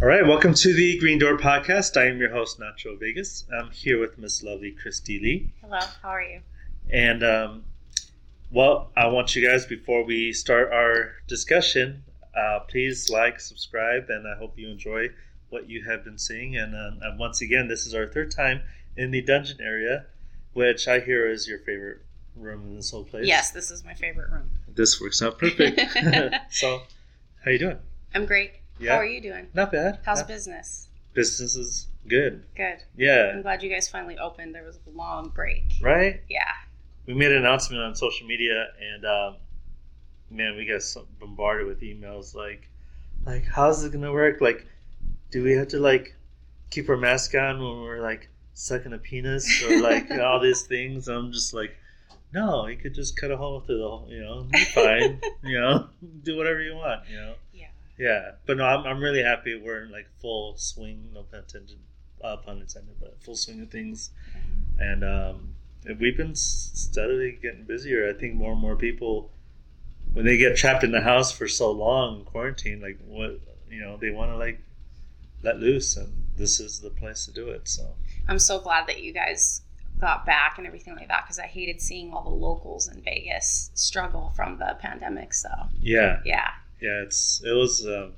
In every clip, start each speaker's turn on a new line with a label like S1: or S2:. S1: All right, welcome to the Green Door Podcast. I am your host, Nacho Vegas. I'm here with Miss Lovely Christy Lee.
S2: Hello, how are you?
S1: And, um, well, I want you guys, before we start our discussion, uh, please like, subscribe, and I hope you enjoy what you have been seeing. And um, and once again, this is our third time in the dungeon area, which I hear is your favorite room in this whole place.
S2: Yes, this is my favorite room.
S1: This works out perfect. so, how you doing?
S2: I'm great.
S1: Yeah.
S2: How are you doing?
S1: Not bad.
S2: How's
S1: Not-
S2: business?
S1: business is good.
S2: Good.
S1: Yeah.
S2: I'm glad you guys finally opened. There was a long break.
S1: Right?
S2: Yeah.
S1: We made an announcement on social media, and um, man, we got so bombarded with emails like, like, how's it gonna work? Like, do we have to like keep our mask on when we're like sucking a penis or like all these things? I'm just like, no, you could just cut a hole through the, hole, you know, you're fine, you know, do whatever you want, you know.
S2: Yeah.
S1: Yeah, but no, I'm, I'm really happy we're in like full swing, no pun intended, uh, pun intended, but full swing of things. And um, we've been s- steadily getting busier. I think more and more people, when they get trapped in the house for so long in quarantine, like what, you know, they want to like let loose, and this is the place to do it. So,
S2: I'm so glad that you guys got back and everything like that because I hated seeing all the locals in Vegas struggle from the pandemic. So,
S1: yeah,
S2: yeah.
S1: yeah, it's, it was, um,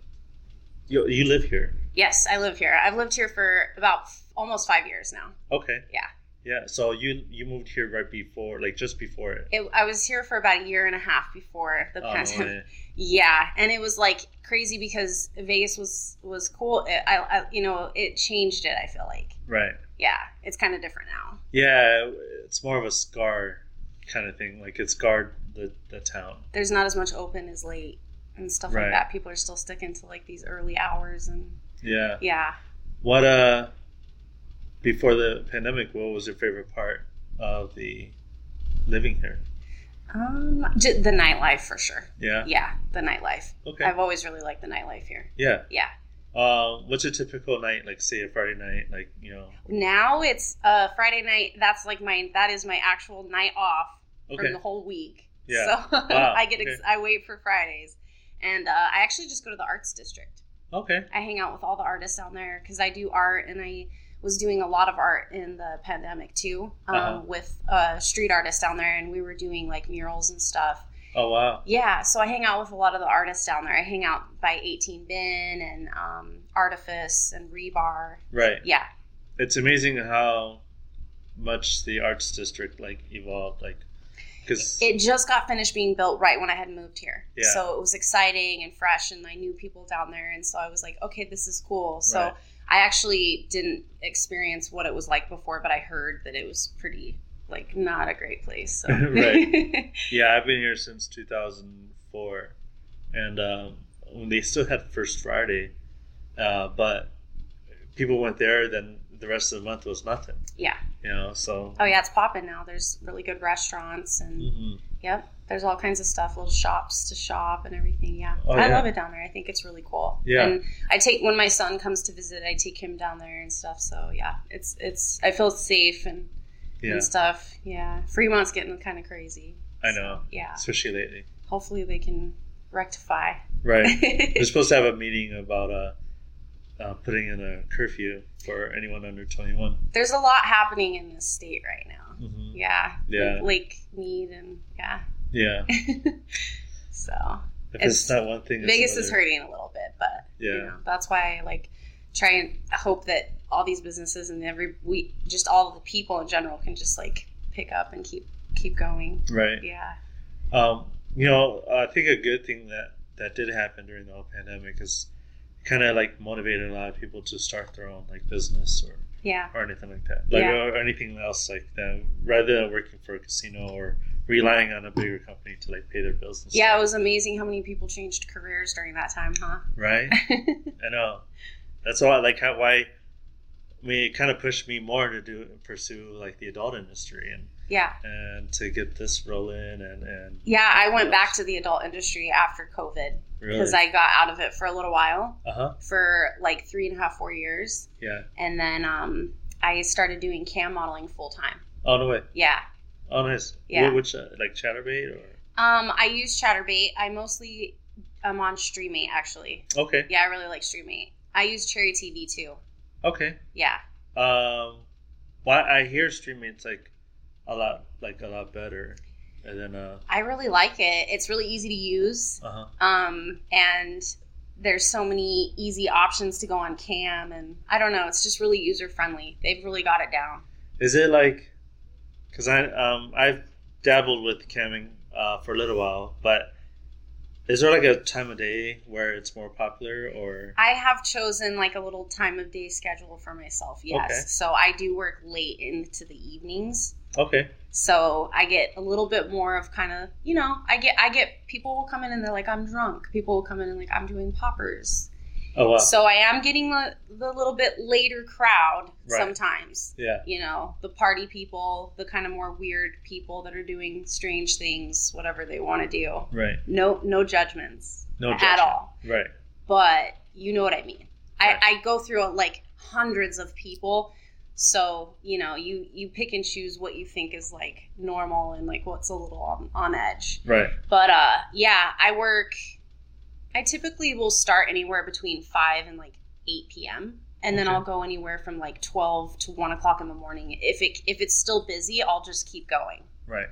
S1: you, you live here.
S2: Yes, I live here. I've lived here for about f- almost five years now.
S1: Okay.
S2: Yeah.
S1: Yeah, so you you moved here right before, like just before it.
S2: It, I was here for about a year and a half before the
S1: Oh,
S2: pandemic.
S1: yeah.
S2: Yeah, and it was like crazy because Vegas was was cool. It, I, I you know it changed it. I feel like
S1: Right.
S2: yeah, it's kind of different now.
S1: Yeah, it's more of a scar kind of thing. Like it scarred the, the town.
S2: There's not as much open as late and stuff
S1: Right.
S2: like that. People are still sticking to like these early hours and
S1: Yeah.
S2: yeah.
S1: What uh before the pandemic, what was your favorite part of the living here?
S2: Um, j- the nightlife for sure.
S1: Yeah.
S2: Yeah, the nightlife.
S1: Okay.
S2: I've always really liked the nightlife here.
S1: yeah.
S2: Yeah.
S1: Um, what's a typical night, like say a Friday night, like, you know
S2: Now it's uh Friday night. That's like my that is my actual night off from
S1: Okay.
S2: the whole week.
S1: Yeah.
S2: So
S1: Wow,
S2: I get
S1: okay.
S2: ex- I wait for Fridays, and uh, I actually just go to the arts district.
S1: Okay.
S2: I hang out with all the artists down there because I do art, and I was doing a lot of art in the pandemic too um,
S1: Uh-huh.
S2: with uh, street artists down there, and we were doing like murals and stuff.
S1: Oh wow.
S2: Yeah, so I hang out with a lot of the artists down there. I hang out by 18 Bin and um, Artifice and Rebar.
S1: Right.
S2: Yeah,
S1: It's amazing how much the arts district like evolved, like because
S2: it just got finished being built right when I had moved here.
S1: Yeah.
S2: So it was exciting and fresh, and I knew people down there. And so I was like, okay, this is cool. So
S1: Right.
S2: I actually didn't experience what it was like before, but I heard that it was pretty, like, not a great place. So.
S1: Right. Yeah, I've been here since 2004, and um, when they still had First Friday, uh, but people went there. Then the rest of the month was nothing.
S2: Yeah.
S1: You know, so
S2: oh, yeah, it's popping now. There's really good restaurants, and
S1: hmm
S2: yep, there's all kinds of stuff, little shops to shop and everything. Yeah.
S1: Oh,
S2: I
S1: yeah.
S2: love it down there. I think it's really cool.
S1: Yeah.
S2: And I take, when my son comes to visit, I take him down there and stuff. So yeah, it's, it's, I feel safe and,
S1: yeah,
S2: and stuff. Yeah, Fremont's getting kind of crazy.
S1: I know.
S2: So, yeah,
S1: especially lately.
S2: hopefully they can rectify.
S1: Right. They're supposed to have a meeting about uh, uh, putting in a curfew for anyone under 21.
S2: There's a lot happening in this state right now.
S1: hmm
S2: Yeah,
S1: Yeah.
S2: Like Lake Mead and yeah.
S1: Yeah.
S2: So
S1: If it's,
S2: It's-
S1: not one thing, it's
S2: Vegas is
S1: another.
S2: hurting a little bit, but
S1: Yeah.
S2: you know, that's why I like try and hope that all these businesses and every we just all of the people in general can just like pick up and keep keep going.
S1: Right.
S2: Yeah.
S1: Um, you know, I think a good thing that that did happen during the whole pandemic is kind of like motivated a lot of people to start their own like business or,
S2: Yeah.
S1: or anything like that, like
S2: Yeah.
S1: or anything else like that, rather than working for a casino or relying on a bigger company to like pay their bills. And
S2: Yeah, it
S1: stuff,
S2: was amazing how many people changed careers during that time, huh?
S1: right. I know. That's why, like, how why. I mean, it kind of pushed me more to do pursue like the adult industry and,
S2: yeah.
S1: and to get this rolling and and
S2: Yeah, I went back to the adult industry after COVID because
S1: really
S2: I got out of it for a little while
S1: uh huh
S2: for like three and a half, four years.
S1: yeah
S2: And then um, I started doing cam modeling full time.
S1: oh no way
S2: Yeah.
S1: Oh, nice.
S2: Yeah.
S1: Wh- Which, uh, like Chatterbait or?
S2: Um, I use Chatterbait. I mostly am on StreamMate actually.
S1: Okay.
S2: Yeah, I really like StreamMate. I use Cherry TV too.
S1: Okay.
S2: Yeah.
S1: Um, why I hear streaming it's like a lot like a lot better, and then uh
S2: I really like it. It's really easy to use.
S1: uh huh
S2: Um, and there's so many easy options to go on cam and I don't know, it's just really user friendly. They've really got it down.
S1: is it like because I um I've dabbled with camming uh for a little while, but is there like a time of day where it's more popular or
S2: I have chosen like a little time of day schedule for myself, yes.
S1: Okay.
S2: So I do work late into the evenings.
S1: okay
S2: So I get a little bit more of kind of, you know, I get I get people will come in and they're like I'm drunk. People will come in and like I'm doing poppers.
S1: oh wow
S2: So I am getting the, the little bit later crowd
S1: Right.
S2: sometimes.
S1: yeah
S2: You know, the party people, the kind of more weird people that are doing strange things, whatever they want to do.
S1: right
S2: No no judgments
S1: no
S2: at
S1: judgment.
S2: all
S1: right
S2: but you know what I mean.
S1: Right.
S2: I, I go through like hundreds of people, so you know you you pick and choose what you think is like normal and like what's a little on, on edge.
S1: right
S2: But uh, yeah, I work. I typically will start anywhere between five and like eight p.m. And then
S1: Okay.
S2: I'll go anywhere from like twelve to one o'clock in the morning. If it if it's still busy, I'll just keep going.
S1: right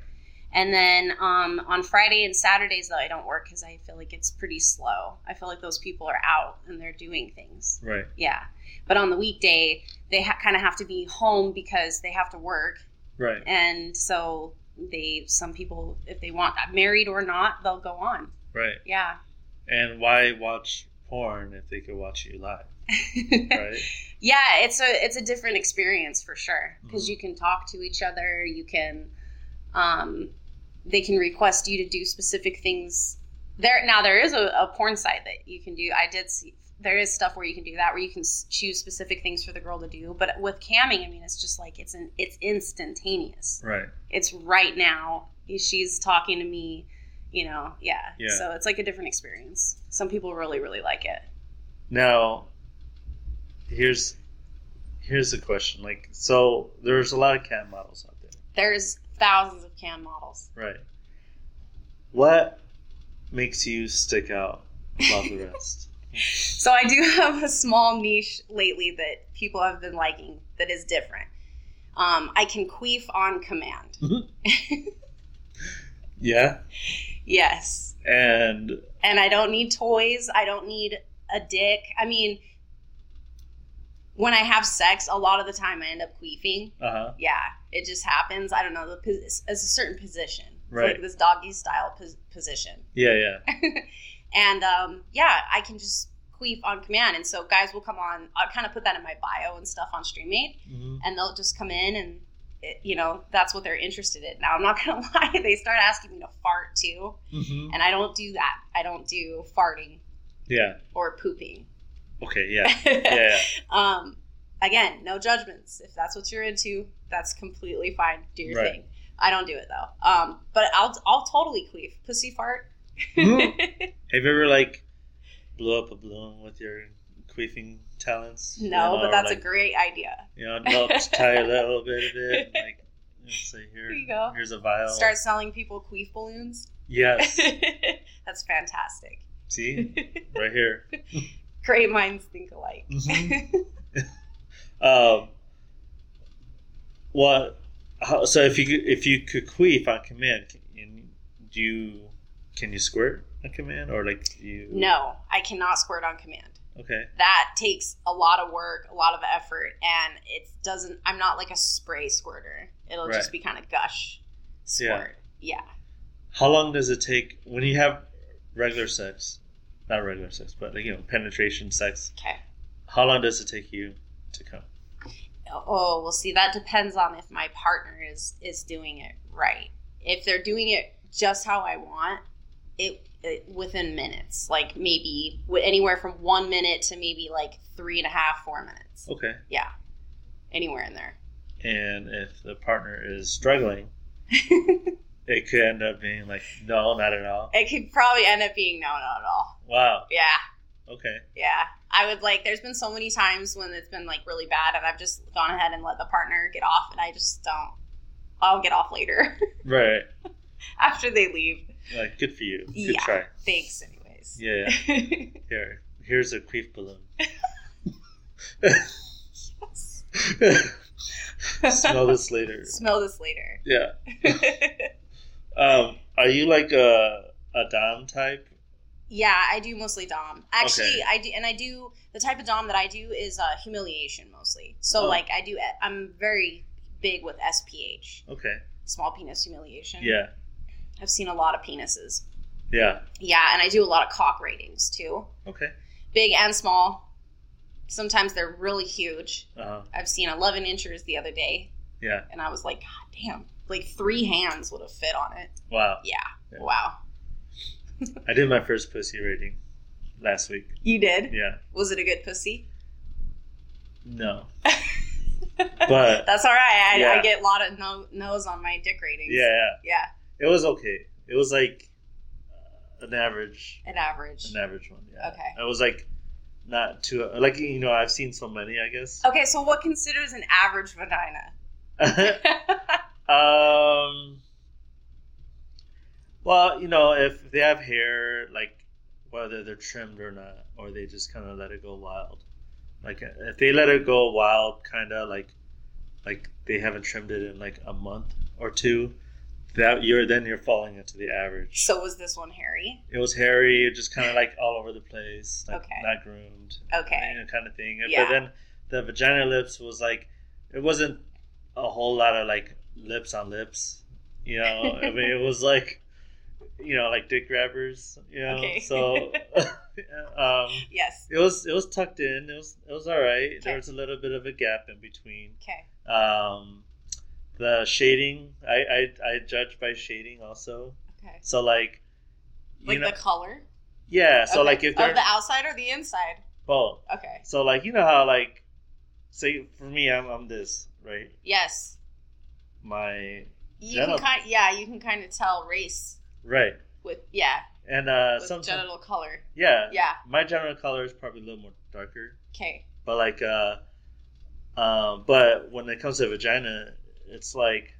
S2: And then um, on Friday and Saturdays, though, I don't work because I feel like it's pretty slow. I feel like those people are out and they're doing things.
S1: right
S2: Yeah. But on the weekday, they ha- kind of have to be home because they have to work.
S1: right
S2: And so they, some people, if they want married or not, they'll go on.
S1: right
S2: Yeah.
S1: and why watch porn if they could watch you live right
S2: yeah it's a it's a different experience for sure because you can talk to each other you can um they can request you to do specific things there now there is a, a porn site that you can do i did see there is stuff where you can do that where you can s- choose specific things for the girl to do but with camming i mean it's just like it's an it's instantaneous
S1: right
S2: it's right now she's talking to me you know yeah,
S1: Yeah.
S2: so it's like a different experience some people really really like it
S1: Now, here's here's the question. Like, so there's a lot of cat models out there,
S2: there's thousands of cam models
S1: right? What makes you stick out above the rest?
S2: So I do have a small niche lately that people have been liking that is different. Um, I can queef on command.
S1: Yeah,
S2: Yes.
S1: and
S2: And I don't need toys. I don't need a dick. I mean, when I have sex, a lot of the time I end up queefing.
S1: uh huh,
S2: Yeah, it just happens. I don't know. The pos- it's a certain position. It's
S1: Right.
S2: Like this doggy style pos- position.
S1: yeah, yeah,
S2: and um, yeah, I can just queef on command. And so guys will come on. I'll kind of put that in my bio and stuff on StreamMate.
S1: Mhm.
S2: and they'll just come in and it, you know that's what they're interested in now i'm not gonna lie they start asking me to fart too
S1: Mhm.
S2: and i don't do that i don't do farting
S1: yeah.
S2: or pooping
S1: Okay, yeah, yeah, yeah.
S2: um again no judgments if that's what you're into that's completely fine do your
S1: Right.
S2: thing i don't do it though um but i'll i'll totally queef pussy fart Mm-hmm.
S1: Mhm. Have you ever like blew up a balloon with your queefing talents? You
S2: no
S1: know,
S2: but
S1: or,
S2: that's
S1: Oh, like,
S2: a great idea
S1: you know, no, just tie a little bit of it. And, like, let's say here,
S2: Here you go.
S1: here's a vial.
S2: start selling people queef balloons
S1: Yes.
S2: that's fantastic
S1: See, right here.
S2: great minds think alike
S1: um, what? How, so if you could- if you could queef on command, can, and do you can you squirt on command or like do you?
S2: No, I cannot squirt on command.
S1: Okay.
S2: That takes a lot of work, a lot of effort, and it doesn't. I'm not like a spray squirter. It'll
S1: Right.
S2: just be kind of gush squirt. Yeah.
S1: How long does it take when you have regular sex? Not regular sex, but like, you know, penetration sex.
S2: Okay.
S1: How long does it take you to come?
S2: Oh, well, see, that depends on if my partner is is doing it right. If they're doing it just how I want, it, it within minutes, like maybe wi- anywhere from one minute to maybe like three and a half, four minutes.
S1: Okay.
S2: Yeah, anywhere in there.
S1: And if the partner is struggling, it could end up being like, no, not at all.
S2: It could probably end up being no, not at all.
S1: Wow.
S2: Yeah.
S1: Okay.
S2: Yeah. I would like, there's been so many times when it's been like really bad and I've just gone ahead and let the partner get off and I just don't. I'll get off later
S1: Right.
S2: after they leave.
S1: Like, good for you. Good
S2: Yeah.
S1: try.
S2: Thanks, anyways.
S1: Yeah. Here, here's a queef balloon. Smell this later.
S2: Smell this later.
S1: Yeah. Um, are you like a a dom type?
S2: yeah, I do mostly dom. Actually, I do, and I do the type of dom that I do is uh, humiliation mostly. So
S1: Oh.
S2: like I do, I'm very big with SPH,
S1: Okay.
S2: small penis humiliation.
S1: Yeah.
S2: I've seen a lot of penises.
S1: Yeah.
S2: Yeah, and I do a lot of cock ratings too,
S1: Okay.
S2: big and small. Sometimes they're really huge.
S1: Uh,
S2: I've seen 11 inches the other day,
S1: yeah.
S2: and I was like, God damn, like three hands would have fit on it.
S1: Wow.
S2: Yeah,
S1: Yeah.
S2: wow.
S1: I did my first pussy rating last week.
S2: You did?
S1: Yeah.
S2: Was it a good pussy?
S1: No. but
S2: That's all right. I,
S1: Yeah.
S2: I get a lot of no, no's on my dick ratings.
S1: yeah, yeah,
S2: Yeah.
S1: it was okay. It was like uh, an average,
S2: An average.
S1: an average one. Yeah.
S2: Okay.
S1: It was like not too like you know I've seen so many I guess.
S2: Okay, so what considers an average vagina?
S1: um. Well, you know, if they have hair, like whether they're trimmed or not, or they just kind of let it go wild. Like if they let it go wild, kind of like, like they haven't trimmed it in like a month or two, that you're then you're falling into the average.
S2: so was this one hairy?
S1: It was hairy, just kind of like all over the place, like
S2: Okay.
S1: not groomed,
S2: Okay.
S1: you know, kind of thing.
S2: Yeah.
S1: But then the vagina lips was like, it wasn't a whole lot of like lips on lips, you know. I mean, it was like, you know, like dick grabbers, you know.
S2: Okay.
S1: So, um,
S2: Yes.
S1: it was it was tucked in. It was it was all right.
S2: Okay.
S1: There was a little bit of a gap in between.
S2: Okay.
S1: Um, the shading, I I, I judge by shading also.
S2: Okay.
S1: So like, you
S2: Like
S1: know,
S2: the color?
S1: yeah. So
S2: Okay.
S1: like if
S2: of
S1: they're
S2: the outside or the inside?
S1: both.
S2: Okay.
S1: So like you know how like say for me I'm I'm this, right?
S2: Yes.
S1: My
S2: You
S1: Genital.
S2: can kind yeah, you can kind of tell race
S1: right.
S2: with yeah,
S1: And uh
S2: with
S1: sometimes
S2: genital color.
S1: yeah,
S2: Yeah.
S1: my general color is probably a little more darker.
S2: Okay.
S1: But like uh um but when it comes to vagina, it's like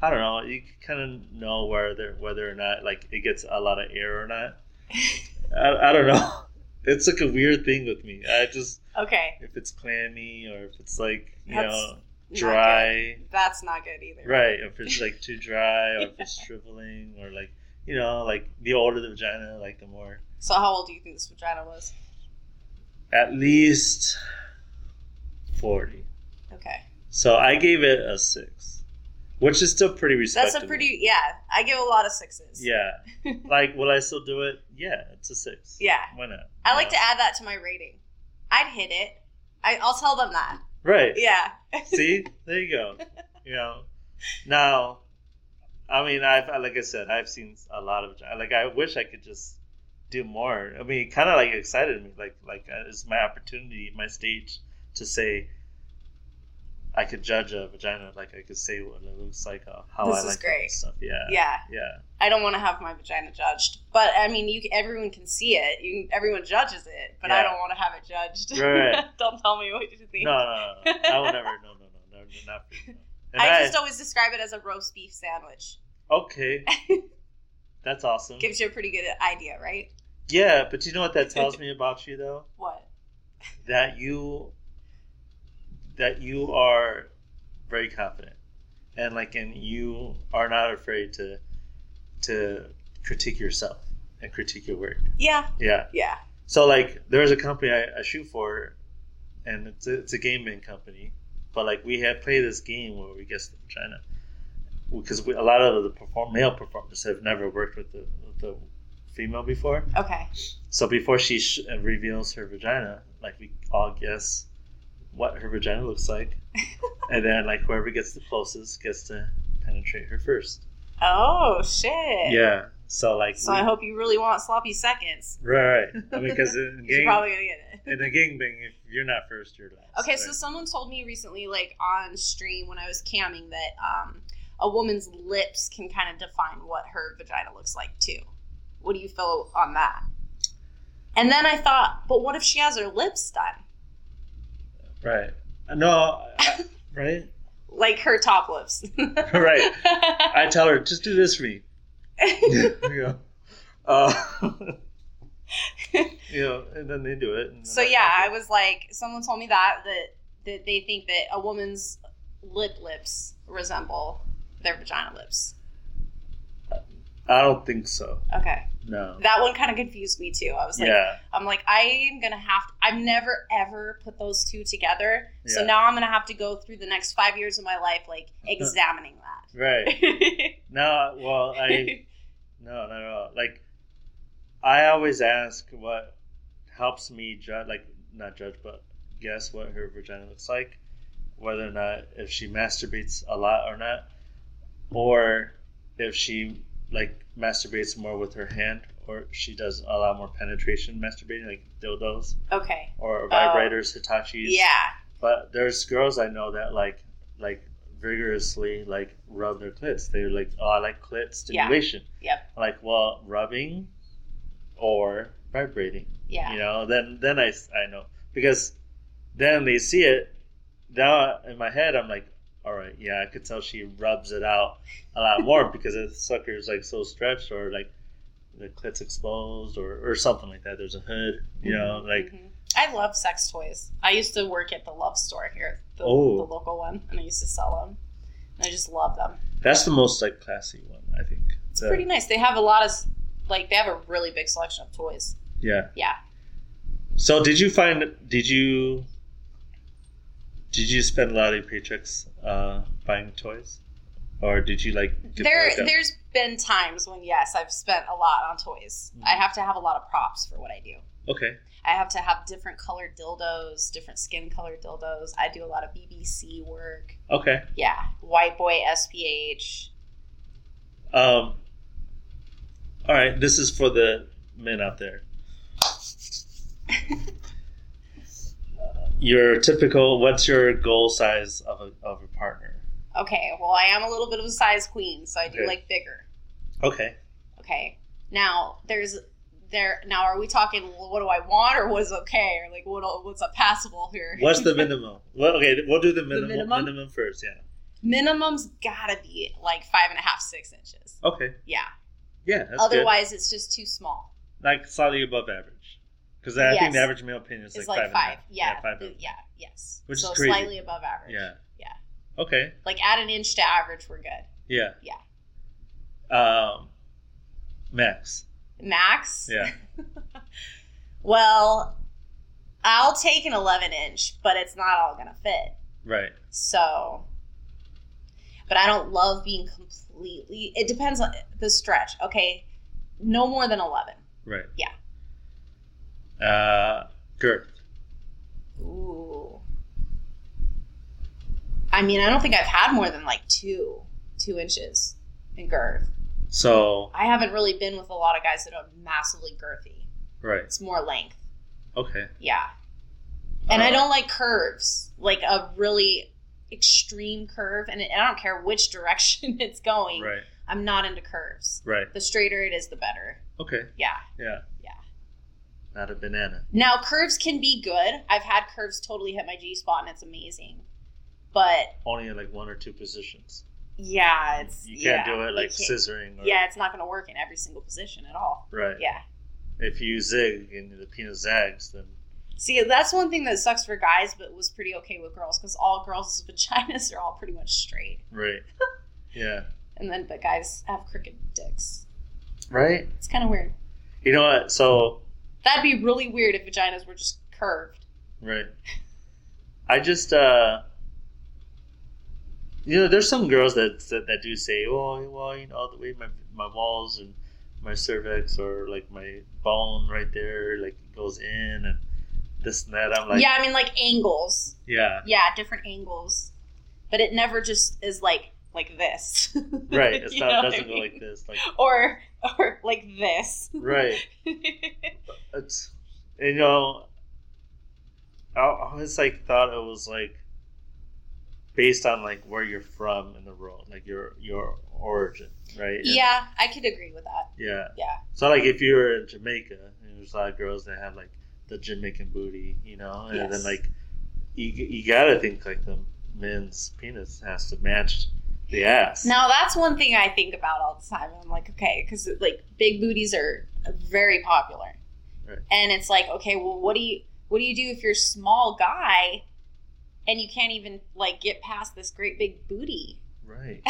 S1: I don't know, you kind of know whether whether or not like it gets a lot of air or not. I, I don't know. It's like a weird thing with me. I just
S2: Okay.
S1: if it's clammy or if it's like you
S2: That's
S1: know
S2: Not
S1: dry.
S2: good. That's not good either.
S1: Right. If it's like too dry or if it's shriveling or like you know, like the older the vagina, like the more
S2: So how old do you think this vagina was?
S1: at least forty.
S2: Okay.
S1: So I gave it a six. Which is still pretty respectable.
S2: That's a pretty yeah. I give a lot of sixes.
S1: Yeah. like will I still do it? Yeah, it's a six.
S2: Yeah.
S1: Why not?
S2: I like to add that to my rating. I'd hit it. I, I'll tell them that.
S1: Right.
S2: Yeah.
S1: See? There you go. You know. Now I mean I've like I said, I've seen a lot of like I wish I could just do more. I mean it kinda like excited me. Like like uh, it's my opportunity, my stage to say I could judge a vagina, like I could say what it looks like, uh, how
S2: This
S1: I
S2: is
S1: like it
S2: great.
S1: and stuff. Yeah,
S2: Yeah.
S1: yeah,
S2: I don't want to have my vagina judged, but I mean, you can- everyone can see it. You can, everyone judges it, but I
S1: Yeah.
S2: don't want to have it judged.
S1: Right, right.
S2: don't tell me what you think.
S1: No, no, no, no. I will never. No, no, no, no, no not for you. no. And
S2: I
S1: I,
S2: just always describe it as a roast beef sandwich.
S1: okay, that's awesome.
S2: Gives you a pretty good idea, right?
S1: Yeah, but you know what that tells me about you though?
S2: What?
S1: that you that you are very confident and like and you are not afraid to to critique yourself and critique your work
S2: Yeah.
S1: yeah
S2: Yeah.
S1: so like there's a company i, I shoot for and it's a, it's a gaming company but like we have played this game where we guess the vagina because we, a lot of the perform, male performers have never worked with the, with the female before
S2: Okay.
S1: so before she sh- uh, reveals her vagina, like we all guess what her vagina looks like, and then like whoever gets the closest gets to penetrate her first.
S2: Oh, shit.
S1: Yeah. So like.
S2: So
S1: we-
S2: I hope you really want sloppy seconds.
S1: Right, right. I mean, because in
S2: You're
S1: gang,
S2: probably going to get it.
S1: in a gangbang, if you're not first, you're last.
S2: Okay,
S1: right?
S2: so someone told me recently, like on stream when I was camming, that um, a woman's lips can kind of define what her vagina looks like too. What do you feel on that? And then I thought, but what if she has her lips done,
S1: right. Uh, No, I, I- right,
S2: like her top lips?
S1: right. I tell her just do this for me. You know. Uh, you know, and then they do it. and
S2: So
S1: then
S2: yeah, I was like, someone told me that that that they think that a woman's lip lips resemble their vagina lips.
S1: I don't think so.
S2: Okay,
S1: No.
S2: that one kind of confused me too. I was like,
S1: yeah.
S2: I'm like, I'm gonna have. To, I've never ever put those two together. So
S1: Yeah.
S2: now I'm gonna have to go through the next five years of my life like examining that.
S1: Right. No. Well, I no, not at all. Like, I always ask what helps me judge, like not judge, but guess what her vagina looks like, whether or not if she masturbates a lot or not, or if she like masturbates more with her hand, or she does a lot more penetration masturbating, like dildos
S2: okay.
S1: or vibrators, Hitachis.
S2: Yeah.
S1: But there's girls I know that like like vigorously like rub their clits. They're like, oh, I like clit stimulation.
S2: Yep.
S1: I'm Like, well, rubbing or vibrating.
S2: Yeah.
S1: You know, then then I s- I know because then they see it. Now in my head, I'm like, all right, yeah, I could tell she rubs it out a lot more because the sucker is like so stretched or like the clit's exposed or or something like that. There's a hood, you know, like.
S2: Mhm. I love sex toys. I used to work at the Love Store here, the,
S1: Oh.
S2: the local one, and I used to sell them. And I just love them.
S1: That's the most like classy one, I think.
S2: It's
S1: The-
S2: pretty nice. They have a lot of, s- like, they have a really big selection of toys.
S1: Yeah.
S2: Yeah.
S1: So did you find did you did you spend a lot of your paychecks uh, buying toys, or did you like get
S2: There,
S1: the-
S2: there's been times when yes, I've spent a lot on toys.
S1: Mhm.
S2: I have to have a lot of props for what I do.
S1: okay?
S2: I have to have different colored dildos, different skin colored dildos. I do a lot of BBC work.
S1: Okay.
S2: Yeah, white boy SPH.
S1: Um, all right. This is for the men out there. your typical. What's your goal size of a of a partner?
S2: Okay, well, I am a little bit of a size queen, so I do
S1: Okay.
S2: like bigger.
S1: Okay.
S2: okay now there's there now are we talking what do i want or what's okay or like what what's a passable here
S1: What's the minimum? Well, okay, we'll do the minimum.
S2: minimum?
S1: minimum first. Yeah.
S2: minimum's gotta be like five and a half six inches
S1: Okay.
S2: yeah
S1: Yeah. That's good.
S2: otherwise it's just too small
S1: like slightly above average. Because I think
S2: Yes.
S1: the average male opinion is
S2: it's
S1: like, five, and
S2: like,
S1: a
S2: five,
S1: half.
S2: yeah
S1: five.
S2: th-
S1: and-
S2: yeah yes
S1: Which is
S2: so
S1: crazy.
S2: slightly above average
S1: Yeah.
S2: Yeah.
S1: Okay.
S2: like add an inch to average we're good
S1: Yeah.
S2: Yeah.
S1: Um, max.
S2: max
S1: Yeah.
S2: well i'll take an 11 inch but it's not all gonna fit
S1: right.
S2: So, but I don't love being completely. It depends on the stretch. Okay, no more than eleven.
S1: Right.
S2: Yeah.
S1: Uh, girth.
S2: Ooh. I mean, I don't think I've had more than like two, two inches in girth.
S1: So
S2: I haven't really been with a lot of guys that are massively girthy.
S1: right.
S2: It's more length.
S1: Okay.
S2: Yeah. And I
S1: Uh,
S2: don't like curves, like a really extreme curve. And I don't care which direction it's going.
S1: Right.
S2: I'm not into curves.
S1: Right.
S2: the straighter it is, the better.
S1: Okay.
S2: Yeah.
S1: Yeah.
S2: Yeah.
S1: Not a banana.
S2: Now, curves can be good. I've had curves totally hit my G spot and it's amazing. But
S1: Only in like one or two positions.
S2: yeah, it's.
S1: You
S2: yeah,
S1: can't do it
S2: you
S1: like
S2: can't-
S1: scissoring. Or,
S2: Yeah, it's not going to work in every single position at all.
S1: Right.
S2: Yeah.
S1: If you zig and the penis zags, then
S2: See, that's one thing that sucks for guys, but was pretty okay with girls because all girls' vaginas are all pretty much straight.
S1: right. yeah.
S2: And then, but guys have crooked dicks.
S1: Right.
S2: It's kind of weird.
S1: You know what? So
S2: That'd be really weird if vaginas were just curved.
S1: right. I just uh you know, there's some girls that that, that do say, "Oh, well, you know, the way my my walls and my cervix or like my bone right there like goes in and this and that." I'm like,
S2: yeah, I mean, like angles.
S1: yeah,
S2: yeah different angles but it never just is like like this
S1: right. It's
S2: You
S1: not
S2: know what
S1: doesn't
S2: I
S1: go
S2: mean?
S1: like this, like
S2: or or like this
S1: right. It's you know, I I always like thought it was like based on like where you're from in the world, like your your origin, right? And-
S2: yeah i could agree with that
S1: yeah,
S2: yeah
S1: So like if you were in Jamaica, and there's a lot of girls that have like the Jamaican booty, you know, and
S2: Yes.
S1: then like you you gotta think like the men's penis has to match the ass.
S2: now that's one thing i think about all the time i'm like okay because like big booties are very popular
S1: Right.
S2: And it's like, okay, well, what do you what do you do if you're a small guy and you can't even like get past this great big booty?
S1: Right.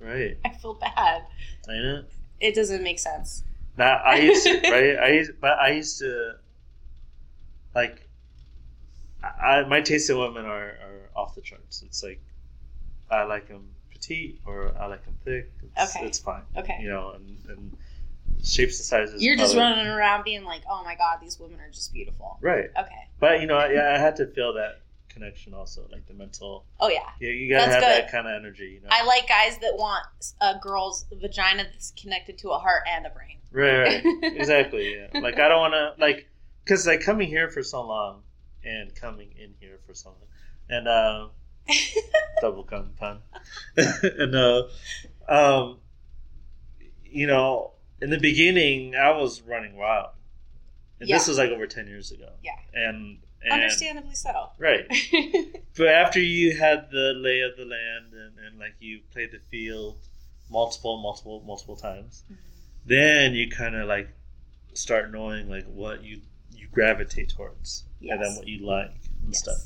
S1: right.
S2: I feel bad.
S1: I know.
S2: It doesn't make sense.
S1: Now I used to right. I used, but I used to like. I, I- my taste in women are, are off the charts. It's like I like them petite or I like them thick. It's,
S2: Okay.
S1: it's fine.
S2: Okay.
S1: You know, and, and shapes and sizes.
S2: You're just
S1: colors.
S2: running around being like, "Oh my god, these women are just beautiful."
S1: right.
S2: Okay.
S1: But you know, I, yeah, I had to feel that connection also, like the mental.
S2: Oh yeah.
S1: Yeah, you gotta
S2: That's
S1: have
S2: good.
S1: that kind of energy. You know,
S2: I like guys that want a girl's vagina that's connected to a heart and a brain.
S1: right, right. exactly. Yeah. Like I don't want to like because like coming here for so long and coming in here for so long and uh, double cum pun and uh, um, you know, in the beginning I was running wild, and this
S2: Yeah.
S1: was like over ten years ago.
S2: Yeah.
S1: and, and
S2: Understandably so.
S1: right. But after you had the lay of the land and, and like you played the field multiple, multiple, multiple times, then you kind of like start knowing like what you you gravitate towards and then
S2: Yes.
S1: what you like and
S2: Yes.
S1: stuff.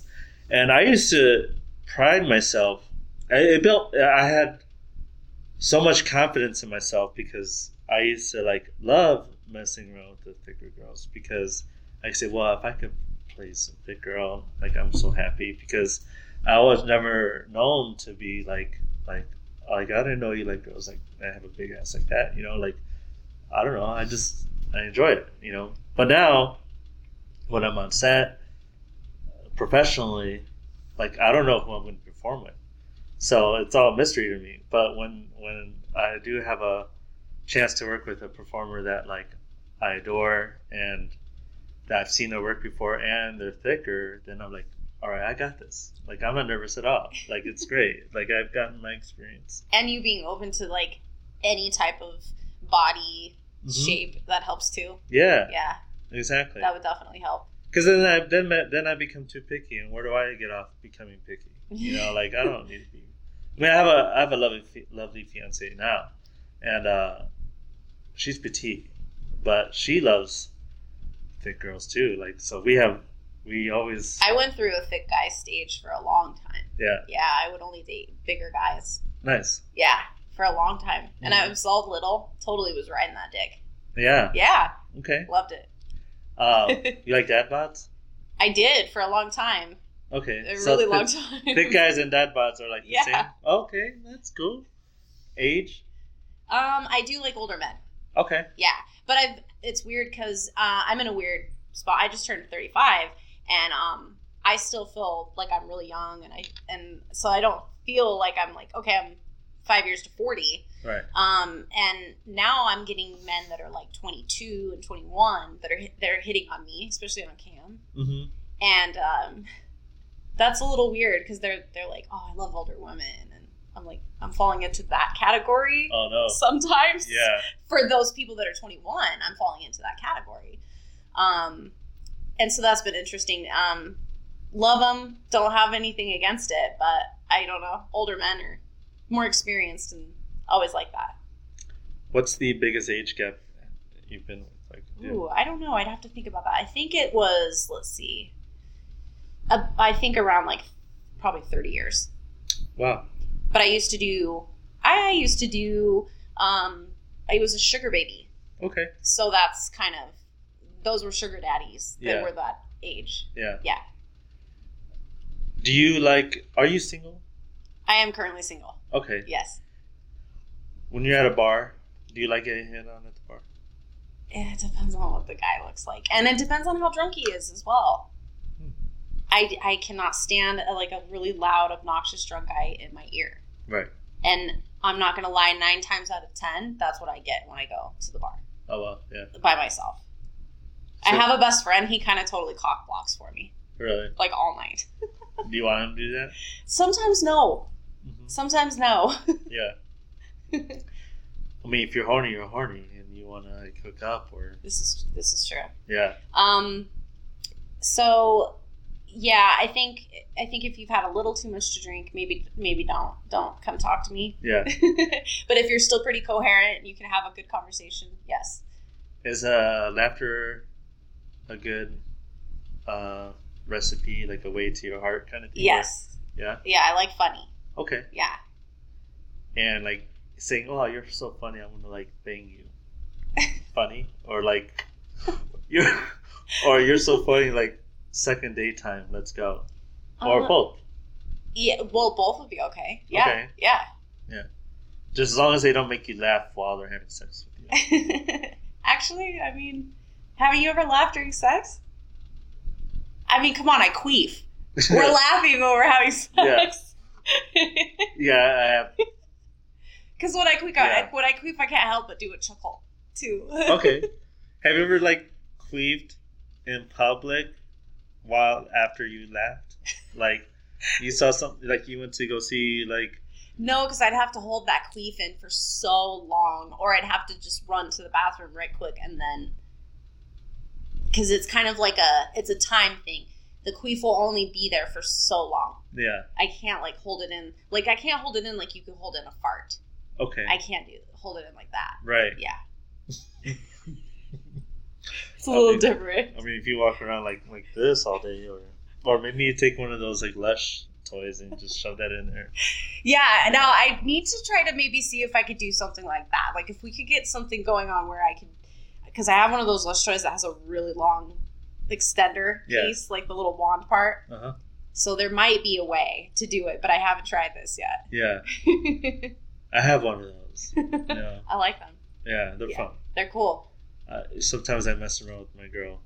S1: And I used to pride myself. I it built. I had so much confidence in myself because I used to like love messing around with the thicker girls because I could say, well, if I could play some thick girl, like I'm so happy because I was never known to be like like like I didn't know you like girls like that have a big ass like that. You know, like I don't know. I just I enjoy it. You know, but now when I'm on set professionally, like I don't know who I'm going to perform with, so it's all a mystery to me. But when when I do have a chance to work with a performer that like I adore and that I've seen their work before and they're thicker, then I'm like, all right, I got this. Like I'm not nervous at all. Like it's great. Like I've gotten my experience.
S2: And you being open to like any type of body
S1: Mhm.
S2: shape that helps too.
S1: Yeah,
S2: Yeah,
S1: exactly.
S2: that would definitely help.
S1: Because then I then I- then I become too picky, and where do I get off becoming picky? You know, like I don't need to be. I mean, I have a I have a lovely fi- lovely fiance now, and uh, she's petite, but she loves thick girls too. Like so, we have we always
S2: I went through a thick guy stage for a long time.
S1: yeah
S2: Yeah, I would only date bigger guys.
S1: nice
S2: Yeah, for a long time. And I
S1: Mhm.
S2: was all little. Totally was riding that dick.
S1: yeah
S2: Yeah,
S1: okay.
S2: loved it.
S1: Um, you like dad bods?
S2: I did for a long time.
S1: Okay,
S2: A
S1: so
S2: really long
S1: thick-
S2: time.
S1: Thick guys and dad bods are like the
S2: Yeah.
S1: same. Okay, that's cool. Age?
S2: Um, I do like older men.
S1: Okay.
S2: Yeah, but I've it's weird because uh, I'm in a weird spot. I just turned 35, and um, I still feel like I'm really young, and I and so I don't feel like I'm like okay, I'm five years to 40.
S1: Right.
S2: Um, and now I'm getting men that are like 22 and 21 that are hit- that are hitting on me, especially on cam,
S1: Mm-hmm.
S2: and um, that's a little weird because they're they're like, oh, I love older women, and I'm like, I'm falling into that category
S1: Oh no.
S2: sometimes
S1: Yeah.
S2: for those people that are 21 i'm falling into that category um and so that's been interesting um love them don't have anything against it but i don't know older men are more experienced and always like that
S1: What's the biggest age gap you've been with? Like, do you-
S2: ooh i don't know i'd have to think about that i think it was let's see uh, i think around like probably 30 years
S1: wow.
S2: but i used to do i used to do um i was a sugar baby
S1: Okay.
S2: So that's kind of those were sugar daddies that
S1: Yeah.
S2: were that age.
S1: Yeah.
S2: Yeah.
S1: Do you like? Are you single?
S2: I am currently single.
S1: Okay.
S2: Yes.
S1: When you're at a bar, do you like getting hit on at the bar?
S2: It depends on what the guy looks like, and it depends on how drunk he is as well.
S1: Hmm.
S2: I, I cannot stand a, like a really loud, obnoxious drunk guy in my ear.
S1: Right.
S2: And I'm not gonna lie, nine times out of ten, that's what I get when I go to the bar
S1: Oh well. Yeah.
S2: by myself. I
S1: So-
S2: have a best friend. He kind of totally cock blocks for me,
S1: Really?
S2: like all night.
S1: Do you want him to do that?
S2: Sometimes no,
S1: hmm
S2: sometimes no.
S1: Yeah. I mean, if you're horny, you're horny, and you want to like hook up or
S2: this is this is true.
S1: yeah.
S2: Um, so yeah, I think I think if you've had a little too much to drink, maybe maybe don't don't come talk to me.
S1: Yeah.
S2: but if you're still pretty coherent, and you can have a good conversation. Yes,
S1: Is uh, laughter a good uh, recipe, like a way to your heart kind of thing?
S2: Yes.
S1: Yeah.
S2: Yeah, I like funny.
S1: Okay.
S2: Yeah.
S1: And like saying, "Oh, you're so funny. I'm gonna like bang you." funny or like you're or you're so funny. Like second date time. Let's go. Or
S2: Uh,
S1: both.
S2: Yeah, well, both would be okay. Yeah.
S1: Okay.
S2: Yeah.
S1: Just as long as they don't make you laugh while they're having sex with you.
S2: Actually, I mean, haven't you ever laughed during sex? I mean, come on, I queef. We're laughing while we're having sex.
S1: yeah, I have
S2: Because when I queef,
S1: Yeah.
S2: I, when I queef, I can't help but do a chuckle too.
S1: okay. Have you ever like queefed in public while after you laughed? Like you saw something like you went to go see like
S2: no, because I'd have to hold that queef in for so long, or I'd have to just run to the bathroom right quick and then. Because it's kind of like a it's a time thing. The queef will only be there for so long.
S1: yeah.
S2: I can't like hold it in. Like I can't hold it in like you could hold in a fart.
S1: Okay.
S2: I can't do hold it in like that.
S1: right.
S2: Yeah. it's a
S1: Okay.
S2: little different.
S1: I mean if you walk around like like this all day or or maybe you take one of those like lush toys and just shove that in there.
S2: Yeah. Now I need to try to maybe see if I could do something like that. Like if we could get something going on where I could, because I have one of those lush toys that has a really long extender
S1: Yeah.
S2: piece, like the little wand part.
S1: Uh-huh.
S2: So there might be a way to do it, but I haven't tried this yet.
S1: Yeah. I have one of those. Yeah.
S2: I like them.
S1: Yeah, they're
S2: Yeah.
S1: fun.
S2: They're cool.
S1: Uh, sometimes I mess around with my girl.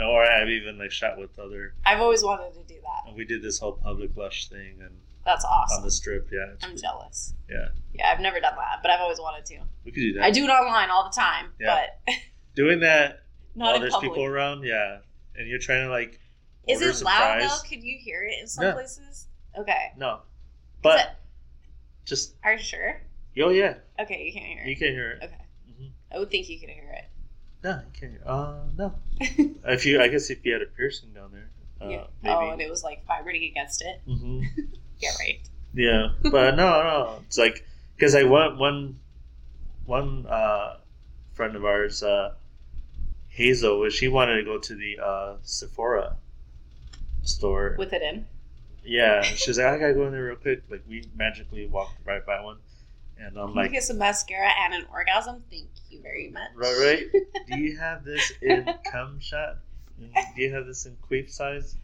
S1: Or I've even like shot with other
S2: I've always wanted to do that.
S1: and we did this whole public lush thing and
S2: That's awesome.
S1: on the strip, yeah.
S2: I'm jealous.
S1: Yeah.
S2: Yeah, I've never done that, but I've always wanted to.
S1: We could do that.
S2: I do it online all the time,
S1: Yeah.
S2: but
S1: Doing that
S2: not
S1: while
S2: in
S1: there's
S2: public.
S1: people around, yeah. And you're trying to like
S2: Is
S1: order
S2: it
S1: some
S2: loud
S1: fries.
S2: though? Can you hear it in some
S1: No.
S2: places? Okay.
S1: No.
S2: Is
S1: But
S2: it-
S1: just
S2: are you sure?
S1: oh yeah,
S2: Okay, you can't hear it.
S1: you can hear it.
S2: Okay.
S1: Mhm.
S2: I would think you could hear it.
S1: No, you can't. Hear, uh, no. if you, I guess if you had a piercing down there, uh,
S2: yeah. Oh, and
S1: maybe.
S2: it was like vibrating against it.
S1: hmm
S2: Yeah, right.
S1: Yeah, but no, no. It's like because I one one one uh, friend of ours, uh, Hazel, she wanted to go to the uh, Sephora store
S2: With it in.
S1: Yeah, she was like, I gotta go in there real quick. Like we magically walked right by one, and I'm
S2: Can
S1: like,
S2: you get some mascara and an orgasm? Thank you very much.
S1: right, right. Do you have this in cum shot? Do you have this in queef size?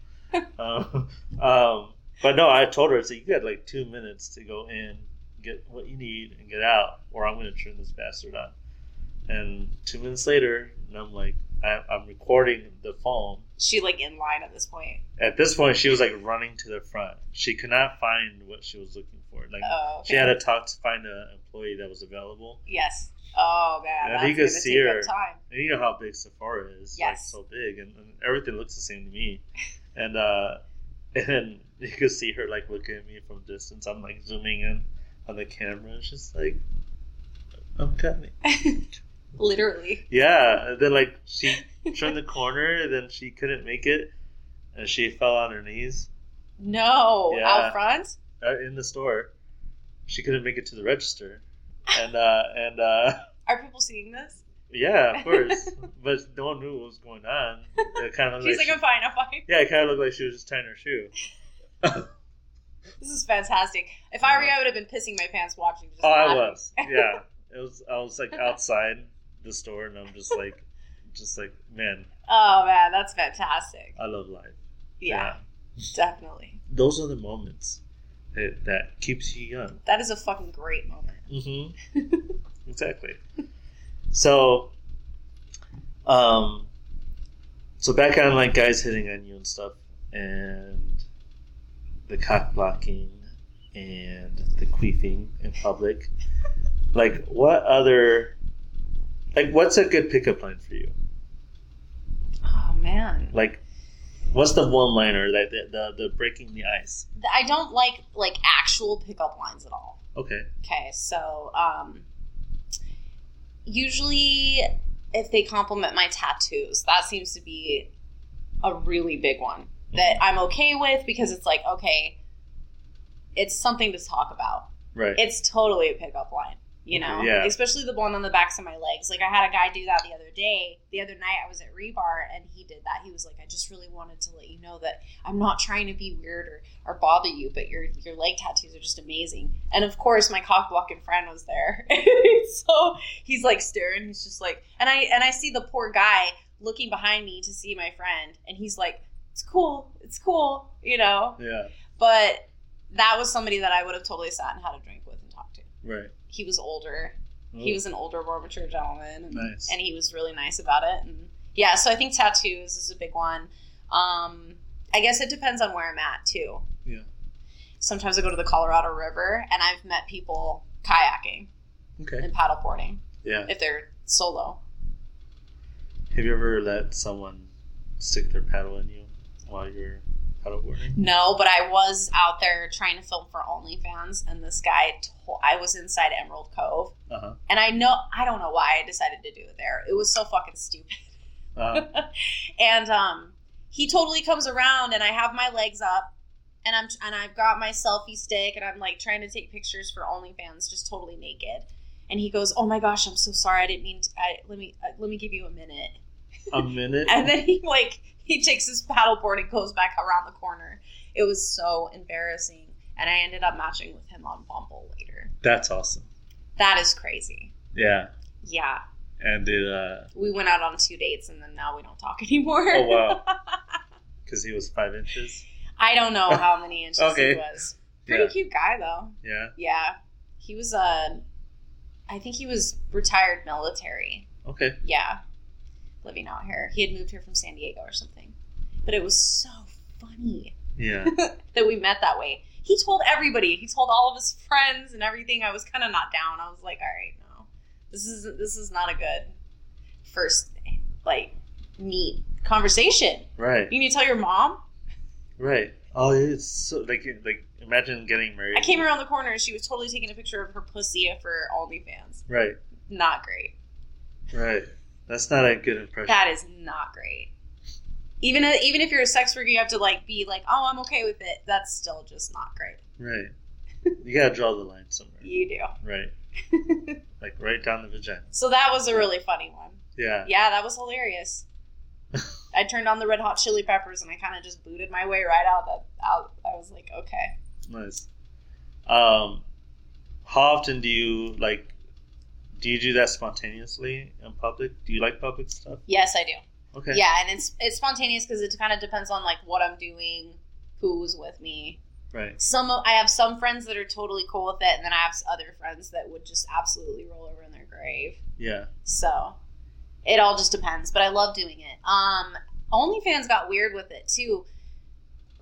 S1: Um, um, but no, I told her, so you got like two minutes to go in, get what you need, and get out, or I'm gonna turn this bastard on. And two minutes later, and I'm like, I, I'm recording the phone.
S2: She like in line at this point.
S1: At this point, she was like running to the front. She could not find what she was looking for. Like
S2: Oh. Okay.
S1: She had to talk to find an employee that was available.
S2: Yes. Oh man.
S1: Yeah,
S2: that's
S1: you could
S2: gonna
S1: see
S2: take up
S1: her.
S2: Time.
S1: And you know how big Sephora is.
S2: Yes.
S1: Like, so big. And, and everything looks the same to me. And, uh, and you could see her, like, looking at me from distance. I'm, like, zooming in on the camera. It's just like, I'm coming.
S2: Literally.
S1: Yeah. And then, like, she turned the corner, and then she couldn't make it. And she fell on her knees
S2: No,
S1: Yeah.
S2: out front.
S1: uh, in the store. She couldn't make it to the register. And, uh, and, uh,
S2: Are people seeing this?
S1: Yeah, of course. but no one knew what was going on. It kind of
S2: She's
S1: looked
S2: like,
S1: like,
S2: I'm fine, I'm fine.
S1: she- yeah, it kind of looked like she was just tying her shoe.
S2: This is fantastic. If I were you, I would have been pissing my pants watching. Just
S1: Uh-huh. Oh, I
S2: laughing.
S1: was. Yeah, it was. I was like outside the store, and I'm just like, just like, man,
S2: Oh man, that's fantastic.
S1: I love life.
S2: Yeah, definitely.
S1: those are the moments that, that keeps you young.
S2: That is a fucking great moment.
S1: Mm-hmm. exactly. So, um, so back on like guys hitting on you and stuff, and the cock blocking and the queefing in public. like, what other, like, what's a good pickup line for you?
S2: Oh man,
S1: Like, what's the one liner that the, the the breaking the ice?
S2: I don't like like actual pickup lines at all.
S1: Okay,
S2: Okay, so um, usually if they compliment my tattoos, that seems to be a really big one that I'm okay with because it's like okay, it's something to talk about.
S1: right.
S2: It's totally a pickup line. you know
S1: Yeah.
S2: especially the one on the backs of my legs like i had a guy do that the other day the other night i was at rebar and he did that he was like i just really wanted to let you know that i'm not trying to be weird or, or bother you but your your leg tattoos are just amazing and of course my cock blocking friend was there so he's like staring he's just like and i and i see the poor guy looking behind me to see my friend and he's like it's cool it's cool you know
S1: Yeah.
S2: but that was somebody that i would have totally sat and had a drink with and talked to
S1: Right.
S2: he was older. He was an older, more mature gentleman, and,
S1: Nice.
S2: and he was really nice about it. And yeah, so I think tattoos is a big one. Um, I guess it depends on where I'm at too.
S1: Oh, Yeah.
S2: Sometimes I go to the Colorado River, and I've met people kayaking
S1: Okay.
S2: and paddleboarding
S1: Yeah.
S2: if they're solo.
S1: Have you ever let someone stick their paddle in you while you're paddleboarding?
S2: No, but I was out there trying to film for OnlyFans, and this guy. Told, I was inside Emerald Cove,
S1: Uh huh.
S2: and I know I don't know why I decided to do it there. It was so fucking stupid.
S1: Uh,
S2: and um, he totally comes around, and I have my legs up, and I'm and I've got my selfie stick, and I'm like trying to take pictures for OnlyFans, just totally naked. And he goes, "Oh my gosh, I'm so sorry. I didn't mean. To, I, let me uh, let me give you a minute."
S1: a minute.
S2: And then he like he takes his paddleboard and goes back around the corner. It was so embarrassing, and I ended up matching with him on Bumble later.
S1: That's awesome.
S2: That is crazy.
S1: Yeah.
S2: Yeah,
S1: And did uh
S2: we went out on two dates, and then now we don't talk anymore.
S1: oh wow. Because he was five inches.
S2: I don't know how many inches
S1: Okay.
S2: he was. Pretty
S1: Yeah.
S2: cute guy though.
S1: Yeah.
S2: Yeah, he was Uh, I think he was retired military.
S1: Okay.
S2: Yeah, living out here. He had moved here from San Diego or something. But it was so funny
S1: Yeah.
S2: that we met that way. He told everybody. He told all of his friends and everything. I was kind of not down. I was like, all right, no, this is this is not a good first like meet conversation.
S1: Right.
S2: You need to tell your mom.
S1: Right. Oh, it's so like like imagine getting married.
S2: I came around the corner and she was totally taking a picture of her pussy for OnlyFans.
S1: Right.
S2: Not great.
S1: Right. That's not a good impression.
S2: That is not great. Even if, even if you're a sex worker, you have to like be like, oh, I'm okay with it. That's still just not great.
S1: Right. You gotta draw the line somewhere.
S2: You do.
S1: Right. like right down the vagina.
S2: So that was a really funny one.
S1: Yeah.
S2: Yeah, that was hilarious. I turned on the Red Hot Chili Peppers and I kind of just booted my way right out. That out. I was like, okay.
S1: Nice. Um, how often do you like? Do you do that spontaneously in public? Do you like public stuff?
S2: Yes, I do.
S1: Okay.
S2: Yeah, and it's it's spontaneous because it kind of depends on like what I'm doing, who's with me,
S1: Right.
S2: some of, I have some friends that are totally cool with it, and then I have other friends that would just absolutely roll over in their grave.
S1: Yeah.
S2: So it all just depends, but I love doing it. Um, OnlyFans got weird with it too.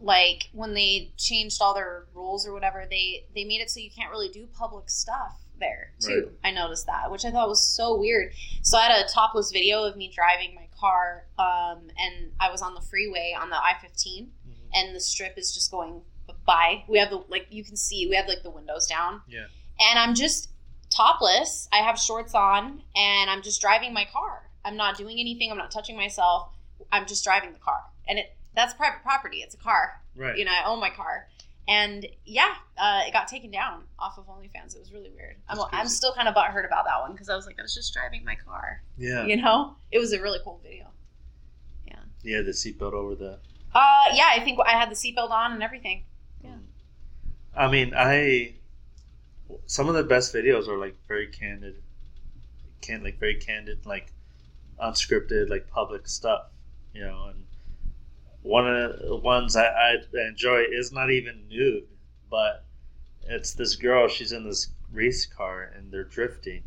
S2: Like when they changed all their rules or whatever, they they made it so you can't really do public stuff there too. I noticed that, which I thought was so weird. So I had a topless video of me driving my car, um, and I was on the freeway on the I fifteen,
S1: Mhm.
S2: and the strip is just going by. We have the like you can see we have like the windows down.
S1: Yeah.
S2: And I'm just topless. I have shorts on and I'm just driving my car. I'm not doing anything. I'm not touching myself. I'm just driving the car. And it that's private property. It's a car.
S1: Right.
S2: You know, I own my car. And yeah, uh, it got taken down off of OnlyFans. It was really weird. I'm,
S1: That's
S2: I'm
S1: crazy.
S2: still kind of butthurt about that one because I was like, I was just driving my car.
S1: yeah.
S2: You know, it was a really cool video.
S1: Yeah. The seatbelt over the.
S2: Uh, yeah, I think I had the seatbelt on and everything. Yeah.
S1: I mean, I. Some of the best videos are like very candid, can like very candid, like unscripted, like public stuff, you know. And one of the ones I, I enjoy is not even nude, but it's this girl. She's in this race car and they're drifting,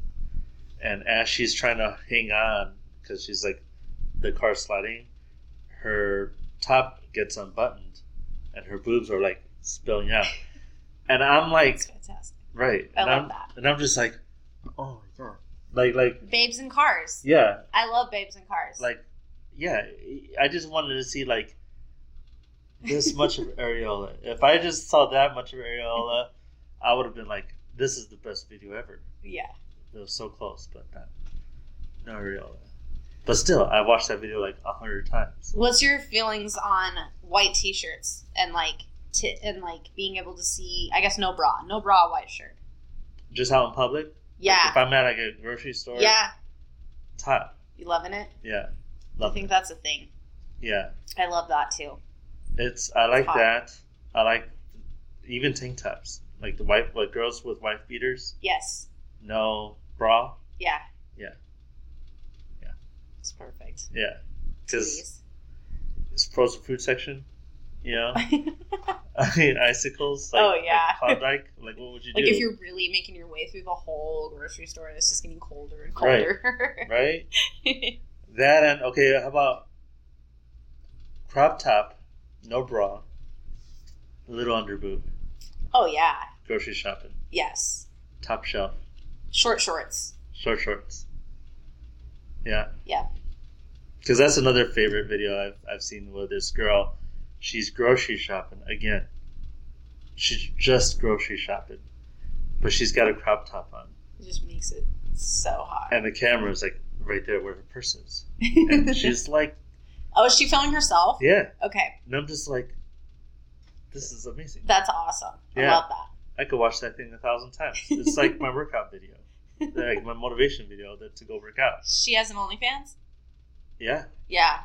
S1: and as she's trying to hang on because she's like the car sliding, her top gets unbuttoned, and her boobs are like spilling out. And I'm like,
S2: It's fantastic.
S1: right.
S2: I
S1: and
S2: love
S1: I'm,
S2: that.
S1: And I'm just like, oh my god. Like, like,
S2: Babes in Cars.
S1: yeah,
S2: I love Babes in Cars.
S1: like, yeah. I just wanted to see like this much of areola. If I just saw that much of areola, I would have been like, this is the best video ever.
S2: yeah.
S1: It was so close, but not no areola. But still, I watched that video like a hundred times.
S2: What's your feelings on white T-shirts and like tit and like being able to see? I guess no bra, no bra, white shirt.
S1: Just out in public, Like,
S2: Yeah.
S1: if I'm at like a grocery store,
S2: Yeah.
S1: it's hot.
S2: You loving it?
S1: Yeah.
S2: I
S1: Love
S2: think
S1: it.
S2: that's a thing.
S1: Yeah.
S2: I love that too.
S1: It's I like
S2: hot.
S1: that. I like even tank tops. Like the wife like girls with wife beaters,
S2: Yes.
S1: no bra.
S2: Yeah.
S1: Yeah. Yeah.
S2: It's perfect.
S1: Yeah. Because
S2: Please.
S1: it's frozen food section. You know? I mean icicles. Like,
S2: Oh, yeah.
S1: Like Klondike. Like what would you do?
S2: like if you're really making your way through the whole grocery store and it's just getting colder and
S1: Right.
S2: colder.
S1: right? That and okay, how about crop top, no bra, little under boob,
S2: oh yeah.
S1: grocery shopping,
S2: Yes.
S1: top shelf,
S2: Short shorts.
S1: short shorts. Yeah.
S2: Yeah.
S1: Because that's another favorite video I've, I've seen where this girl, she's grocery shopping again. She's just grocery shopping, but she's got a crop top on,
S2: It just makes it so hot.
S1: and the camera's like right there where her purse is, and she's like,
S2: oh, is she filming herself?
S1: yeah,
S2: Okay.
S1: and I'm just like, this is amazing.
S2: That's awesome. I
S1: Yeah.
S2: love that.
S1: I could watch that thing a thousand times. It's like my workout video, like my motivation video that to go work out.
S2: She has an OnlyFans?
S1: Yeah,
S2: Yeah.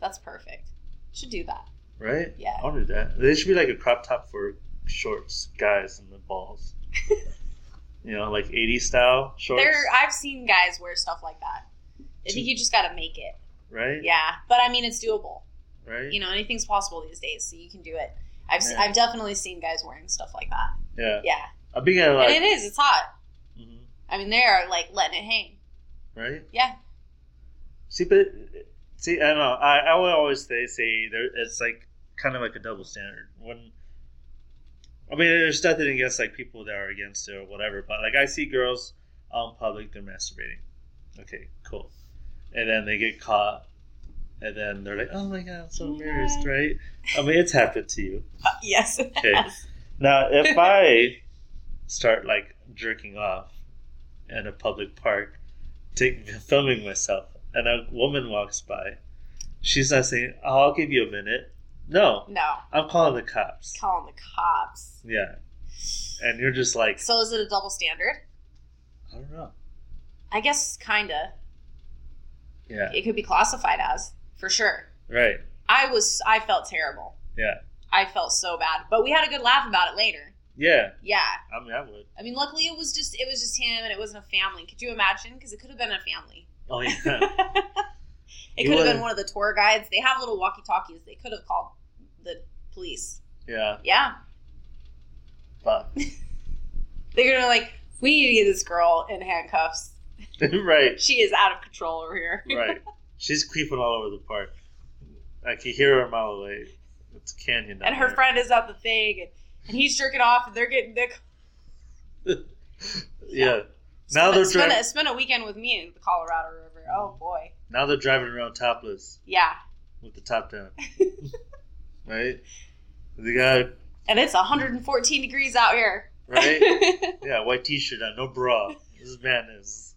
S2: That's perfect. Should do that.
S1: right.
S2: Yeah.
S1: I'll do that. There should be like a crop top for shorts, guys, and the balls. you know, like '80s style shorts,
S2: There I've seen guys wear stuff like that. I think you just gotta make it.
S1: right?
S2: Yeah. But I mean it's doable.
S1: right.
S2: you know anything's possible these days so you can do it i've se-
S1: Yeah.
S2: i've definitely seen guys wearing stuff like that
S1: yeah,
S2: yeah
S1: I'm being at like,
S2: and it is it's hot
S1: Mhm,
S2: i mean they are like letting it hang
S1: right?
S2: yeah
S1: See, but see, I don't know. I, I would always say say there. It's like kind of like a double standard. When I mean, there's nothing against like people that are against it or whatever, but like I see girls out in public, they're masturbating. Okay, cool. And then they get caught, and then they're like, "Oh my god, I'm so embarrassed!" Right? I mean, it's happened to you.
S2: Uh, yes
S1: Okay. Now, if I start like jerking off in a public park, take, filming myself, and a woman walks by, she's not saying, oh, "I'll give you a minute." No,
S2: no
S1: I'm calling the cops.
S2: calling the cops
S1: Yeah, and you're just like,
S2: so is it a double standard
S1: I don't know.
S2: i guess kinda
S1: Yeah,
S2: it could be classified as for sure
S1: right.
S2: i was i felt terrible
S1: Yeah,
S2: i felt so bad but we had a good laugh about it later
S1: yeah.
S2: yeah
S1: I mean, I would.
S2: i mean luckily it was just it was just him and it wasn't a family could you imagine because it could have been a family
S1: Oh yeah,
S2: it
S1: You
S2: could have
S1: would've-
S2: been one of the tour guides. They have little walkie talkies. They could have called the police.
S1: yeah.
S2: Yeah.
S1: But
S2: They're going to like, we need to get this girl in handcuffs.
S1: right,
S2: She is out of control over here.
S1: right. She's creeping all over the park. I can hear her a mile away. It's a canyon. down
S2: And her
S1: there.
S2: friend is at the thing and, and he's jerking off and they're getting they
S1: Yeah. Now
S2: spend,
S1: they're
S2: spend,
S1: driving.
S2: a, spend a weekend with me in the Colorado River. Oh boy.
S1: Now they're driving around topless
S2: Yeah.
S1: with the top down, right? They got
S2: And it's 114 degrees out here.
S1: right, yeah, white t-shirt on, no bra. This is madness,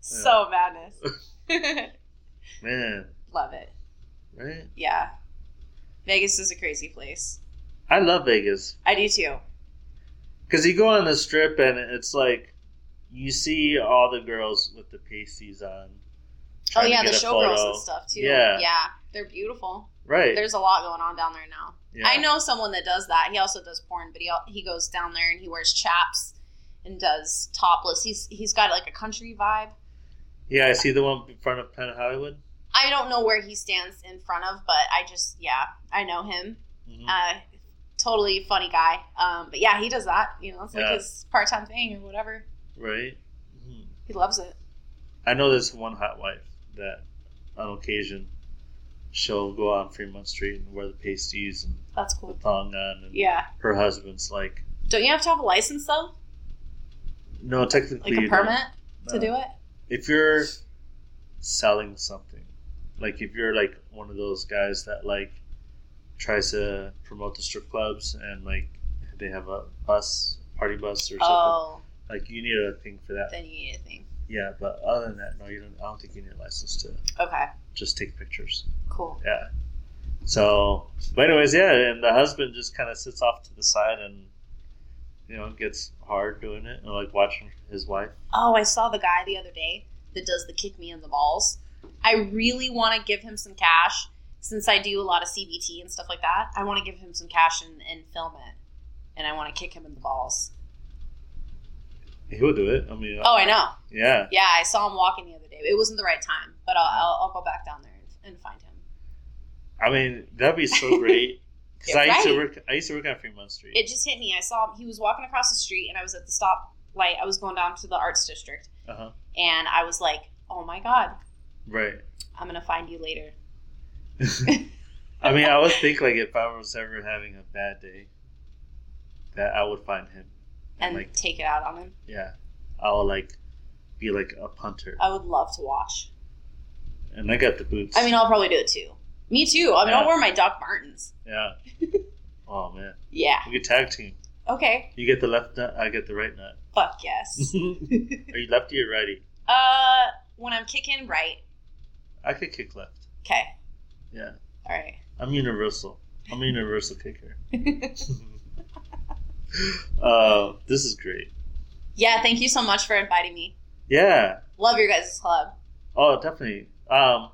S2: so madness.
S1: man,
S2: Love it.
S1: right?
S2: Yeah. Vegas is a crazy place.
S1: I love Vegas
S2: I do too.
S1: because you go on the strip and it's like you see all the girls with the pasties on.
S2: Oh
S1: trying to
S2: yeah, the
S1: get a
S2: showgirls
S1: photo.
S2: and stuff too.
S1: Yeah.
S2: yeah, they're beautiful.
S1: Right.
S2: There's a lot going on down there now.
S1: Yeah.
S2: I know someone that does that. He also does porn, but he al- he goes down there and he wears chaps and does topless. He's he's got like a country vibe.
S1: Yeah, I see the one in front of Planet Hollywood.
S2: I don't know where he stands in front of, but I just yeah, I know him.
S1: Mhm.
S2: Uh, totally funny guy. Um, but yeah, he does that. You know, it's like
S1: Yeah.
S2: his part time thing or whatever.
S1: right. Mhm.
S2: He loves it.
S1: I know there's one hot wife that, on occasion, she'll go on Fremont Street and wear the pasties and
S2: That's
S1: the
S2: cool.
S1: thong on, and
S2: Yeah.
S1: her husband's like,
S2: Don't you have to have a license though,
S1: "No, technically,
S2: like a
S1: you
S2: permit
S1: don't.
S2: to
S1: No.
S2: do it?
S1: If you're selling something, like if you're like one of those guys that like tries to promote the strip clubs and like they have a bus, party bus or something,
S2: Oh,
S1: like you need a thing for that.
S2: then you need a thing.
S1: Yeah, but other than that, no, you don't. I don't think you need a license to
S2: Okay.
S1: just take pictures.
S2: Cool.
S1: Yeah. So, but anyways, yeah, and the husband just kind of sits off to the side and you know, gets hard doing it, and like watching his wife.
S2: Oh, I saw the guy the other day that does the kick me in the balls. I really want to give him some cash since I do a lot of CBT and stuff like that. I want to give him some cash and, and film it, and I want to kick him in the balls.
S1: He'll do it. I mean,
S2: Oh, I know.
S1: yeah.
S2: Yeah, I saw him walking the other day. It wasn't the right time, but I'll, I'll, I'll go back down there and, and find him.
S1: I mean, that'd be so great. Because I used to
S2: Right.
S1: work. I used to work on Fremont Street.
S2: It just hit me. I saw him. He was walking across the street, and I was at the stop light. I was going down to the arts district,
S1: uh-huh.
S2: and I was like, "Oh my god,
S1: Right.
S2: I'm gonna find you later."
S1: I mean, I would think like if I was ever having a bad day, that I would find him.
S2: and
S1: like,
S2: take it out on him.
S1: yeah, I'll like be like a punter,
S2: I would love to watch.
S1: and I got the boots.
S2: Oh. I mean, I'll probably do it too. Me too. I mean, I'll
S1: Yeah.
S2: wear my Doc Martens.
S1: yeah. oh man,
S2: Yeah.
S1: we could tag team.
S2: Okay.
S1: You get the left nut, I get the right nut.
S2: Fuck yes.
S1: Are you lefty or righty?
S2: uh, when I'm kicking right.
S1: I could kick left.
S2: Okay.
S1: Yeah,
S2: All right.
S1: I'm universal. I'm a universal kicker. uh, this is great.
S2: Yeah. Thank you so much for inviting me.
S1: Yeah.
S2: Love your guys' club.
S1: Oh, definitely. Um,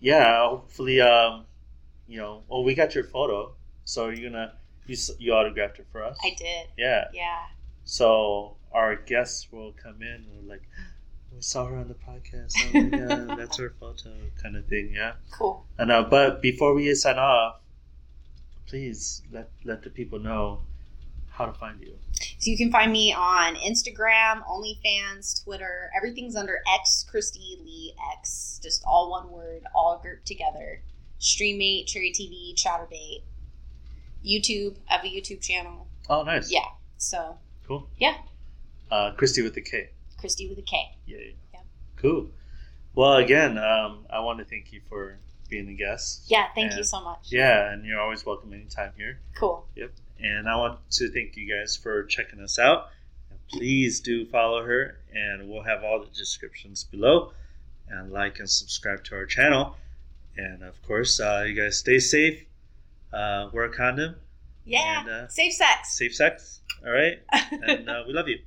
S1: yeah. Hopefully, um, you know. Oh, we got your photo, so you're gonna you s- you autographed it for us.
S2: I did.
S1: Yeah.
S2: Yeah.
S1: So our guests will come in and like, we saw her on the podcast. Oh my god, that's her photo, kind of thing. Yeah.
S2: Cool.
S1: And uh, but before we sign off, please let let the people know how to find you.
S2: So you can find me on Instagram, OnlyFans, Twitter. Everything's under X Christy Lee X. Just all one word, all grouped together. Streammate, Cherry TV, Chatterbait, YouTube. I have a YouTube channel.
S1: Oh, nice.
S2: Yeah. So
S1: Cool.
S2: Yeah.
S1: Uh, Christy with the K.
S2: Christy with a K.
S1: Yeah.
S2: Yeah.
S1: Cool. Well, again, um, I want to thank you for being a guest.
S2: Yeah. Thank
S1: Yeah.
S2: you so much.
S1: Yeah, and you're always welcome anytime here.
S2: Cool.
S1: And I want to thank you guys for checking us out. And please do follow her, and we'll have all the descriptions below. And like and subscribe to our channel. And of course, uh, you guys stay safe. Uh, wear a condom.
S2: Yeah.
S1: And, uh,
S2: Safe sex.
S1: Safe sex. All right. And uh, we love you.